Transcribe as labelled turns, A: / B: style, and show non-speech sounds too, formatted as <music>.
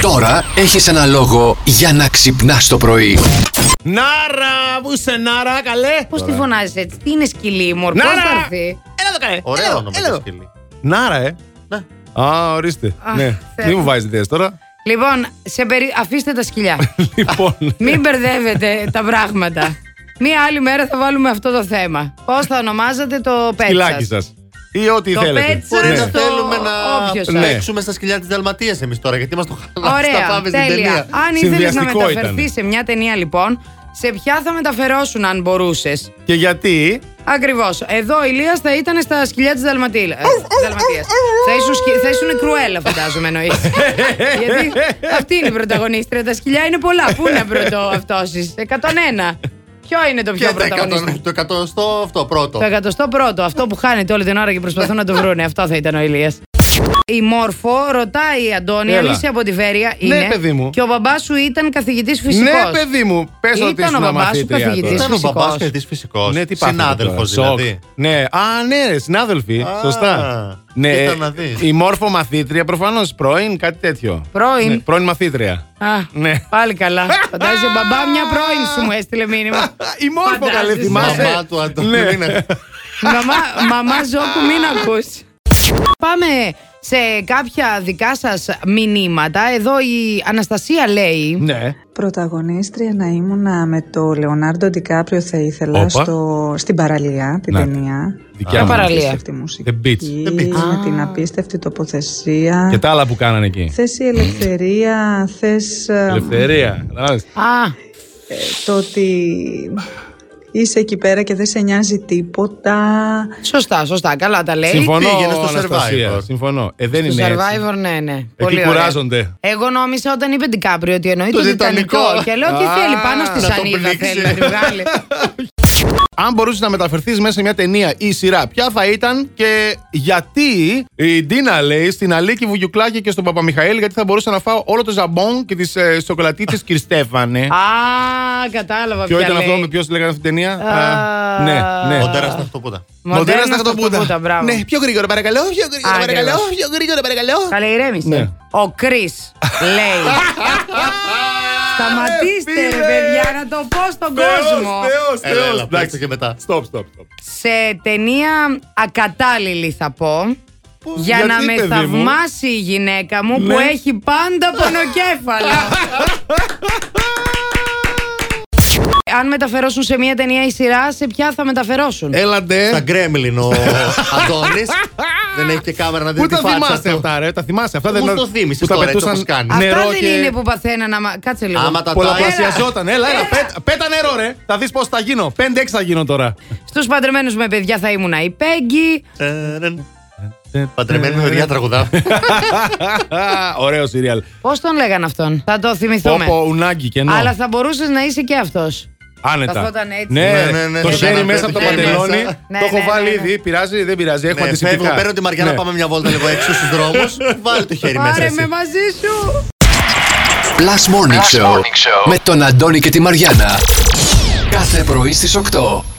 A: Τώρα έχεις ένα λόγο για να ξυπνάς το πρωί.
B: Νάρα, πού είσαι, Νάρα, καλέ.
C: Πώς τη φωνάζεις έτσι, τι είναι σκυλή μου, πώς
B: Νάρα!
C: θα έρθει.
B: Έλα εδώ, καλέ.
D: Ωραίο
B: Έλα εδώ,
D: όνομα
B: έλα
D: το
B: εδώ.
D: σκυλί.
B: Νάρα, ε.
D: Ναι.
B: Α, ορίστε.
C: Αχ,
B: ναι.
C: Θεέ
B: Μην
C: μου.
B: μου βάζεις ιδέες τώρα.
C: Λοιπόν, σε περι- αφήστε τα
B: <laughs>
C: σκυλιά.
B: λοιπόν.
C: Μην μπερδεύετε τα πράγματα. Μία άλλη μέρα θα βάλουμε αυτό το θέμα. Πώς θα ονομάζετε το πέτσα.
B: Σκυλάκι σας. Ή ό,τι
C: Το
B: θέλετε.
C: πέτσα.
D: Μπορεί
C: Ναι.
D: να
C: Το
D: θέλουμε να
C: όποιος
B: Ναι.
D: παίξουμε στα σκυλιά της Δαλματίας εμείς τώρα, γιατί μας το χαλάσαμε. Τα
C: Ωραία,
D: πάμε στην
C: τέλεια.
D: ταινία.
C: Αν ήθελες να
B: Συνδυαστικό
C: μεταφερθεί
B: ήταν.
C: σε μια ταινία, λοιπόν, σε ποια θα μεταφερόσουν αν μπορούσες.
B: Και γιατί.
C: Ακριβώς. Εδώ η Λία θα ήταν στα σκυλιά της Δαλματία. θα, ήσουν σκυ- θα ήσουν η κρουέλα, φαντάζομαι εννοείς.
B: <laughs>
C: Γιατί
B: Ναι,
C: αυτή είναι η πρωταγωνίστρια. Τα σκυλιά είναι πολλά. Πού είναι πρώτο αυτό, 101. Ποιο είναι το πιο
D: Και τα
C: πρωταγωνίστρια.
D: εκατό- το εκατοστό αυτό πρώτο.
C: Το εκατοστό πρώτο, αυτό που χάνεται όλη την ώρα και προσπαθούν να το βρούνε. Αυτό θα ήταν ο Ηλίας. Η Μόρφο ρωτάει η Αντώνια,
B: Έλα.
C: Λύση από τη Βέρεια.
B: Ναι,
C: είναι,
B: παιδί μου.
C: Και ο μπαμπάς σου ήταν καθηγητής φυσικός.
B: Ναι, παιδί μου, πες ότι
C: Ήταν ο
B: ήσουν
C: μπαμπάς σου
B: μαθήτρια.
C: καθηγητής.
B: τώρα.
D: Ήταν ο
C: φυσικός.
D: μπαμπά και τη φυσικός.
B: Ναι, τι πάθατε
D: Συνάδελφος
B: τώρα,
D: δηλαδή.
B: σοκ. Ναι, α, ναι, ρε, συνάδελφοι.
D: Α,
B: σωστά. Ναι,
D: κοίτα
B: ε,
D: να δεις.
B: η μόρφο μαθήτρια, προφανώς πρώην, κάτι τέτοιο.
C: Πρώην.
B: Ναι, πρώην μαθήτρια.
C: Α,
B: Ναι.
C: πάλι καλά. Φαντάζεσαι, μπαμπά, μια πρώην σου μου έστειλε
B: <laughs>
C: μήνυμα.
B: Η μόρφο
C: Φαντάζεσαι.
B: καλέ, θυμάσαι.
D: Μαμά του Αντώνη.
B: Ναι.
D: είναι-
C: μαμά, μαμά Ζόκου, μην ακούς. Πάμε σε κάποια δικά σας μηνύματα. Εδώ η Αναστασία λέει...
B: Ναι.
E: Πρωταγωνίστρια να ήμουνα με το Λεωνάρντο Ντικάπριο θα ήθελα
B: Όπα.
E: στο, στην παραλία, την
B: Να.
E: ταινία.
B: Δικιά
C: Τα
B: μου.
C: παραλία.
E: Απίστευτη μουσική.
B: The Beach.
D: The Beach.
E: Με την απίστευτη τοποθεσία.
B: Και τα άλλα που κάνανε εκεί.
E: Θέση ελευθερία, θες ε,
B: Ελευθερία. κατάλαβες.
C: Α,
E: το ότι είσαι εκεί πέρα και δεν σε νοιάζει τίποτα.
C: σωστά, σωστά, καλά τα λέει.
B: Συμφωνώ,
D: πήγαινε στο
B: Αναστασία,
D: Survivor.
B: Συμφωνώ. Ε, δεν
C: Του
B: είναι έτσι.
C: Survivor, ναι, ναι. Εκεί
B: κουράζονται.
C: Εγώ νόμισα όταν είπε την Κάπριο ότι εννοεί
D: Το
C: το, Τιτανικό.
D: Τιτανικό.
C: Και λέω τι
B: Α,
C: θέλει, πάνω στη
D: να το
C: σανίδα
D: πνίξει.
C: θέλει να τη
B: <laughs>
C: βγάλει.
B: Αν μπορούσες να μεταφερθείς μέσα σε μια ταινία ή σειρά, ποια θα ήταν και γιατί η Ντίνα λέει στην Αλίκη Βουγιουκλάκη και στον Παπαμιχαήλ, γιατί θα μπορούσα να φάω όλο το ζαμπόν και τις ε, σοκολατίτσε Κριστέφανε.
C: Α, κατάλαβα
B: Ποιο
C: ποια
B: ήταν αυτό,
C: λέει.
B: με ποιος λέγανε αυτή την ταινία.
C: Α,
B: ναι, ναι.
D: Μοντέρας τα αυτοπούτα.
C: Μοντέρνα στα
B: χτωπούτα.
C: χτωπούτα, μπράβο.
B: Ναι, πιο γρήγορα, παρακαλώ. Πιο γρήγορα,
C: Ακριβώς.
B: παρακαλώ. Πιο γρήγορα, παρακαλώ.
C: Καλά, ηρέμησε.
B: Ναι.
C: Ο
B: <laughs>
C: Κρι λέει. Σταματήστε, ρε
B: φίλε.
C: παιδιά, να το πω στον κόσμο.
D: Έλα, έλα, παίξε ναι, και μετά.
B: Stop, stop, stop.
C: Σε ταινία ακατάλληλη θα πω. Για
B: γιατί,
C: να με
B: παιδί μου?
C: θαυμάσει η γυναίκα μου που
B: Ναι.
C: έχει πάντα
B: <laughs>
C: πονοκέφαλα. Αν μεταφερόσουν σε μία ταινία ή σειρά, σε ποια θα μεταφερόσουν.
B: Ε,
D: Στα
C: Ε.
B: Έλαντε.
D: Γκρέμλιν ο Αντώνης. Δεν έχει και κάμερα να δει
B: Πού
D: τη
B: τα
D: φάτσα
B: θυμάστε
D: του.
B: αυτά, ρε. Τα θυμάστε αυτά.
D: Μου
B: δεν
D: το θύμισες
B: που τα
D: τώρα, έτσι
B: πετούσαν
D: όπως κάνει.
C: Αυτά
B: νερό
C: δεν
B: και
C: είναι που παθαίναν να. μα- Κάτσε λίγο.
D: Άμα τα
B: Πολλαπλασιαζόταν. Έλα, έλα. πέτα- Πέτα νερό, ρε. Θα δεις πώς θα γίνω. 5-6 θα γίνω τώρα.
C: Στους παντρεμένους με ε, παιδιά θα ήμουνα η Πέγγι.
D: Τερεν. Παντρεμένη
B: Ναι.
D: με παιδιά τραγουδά.
B: <laughs> Ωραίο σύριαλ.
C: Πώς τον λέγανε αυτόν. Θα το θυμηθούμε.
B: Πόπο, ουνάκι και ενώ.
C: Αλλά θα μπορούσες να είσαι και αυτός.
B: Άνετα.
C: καθόταν έτσι.
B: Ναι,
D: Ναι, ναι, ναι,
B: το
D: ναι,
B: χέρι
D: ναι,
B: μέσα
D: ναι,
B: από το
D: το χέρι
B: παντελόνι.
D: μέσα.
B: Το
C: Ναι,
B: έχω
C: ναι,
B: βάλει
C: ναι,
B: ήδη. Πειράζει, δεν πειράζει. Έχουμε
D: Ναι, Φεύγω,
B: αντισηπτικά.
D: παίρνω τη Μαριάννα,
B: Ναι.
D: πάμε μια βόλτα λίγο έξω στους
C: <laughs>
D: δρόμους. Βάλε το χέρι μέσα.
C: Πάρε
D: εσύ.
C: με μαζί σου.
A: Plus Morning, Show, με τον Αντώνη και τη Μαριάνα. Κάθε πρωί στις 8.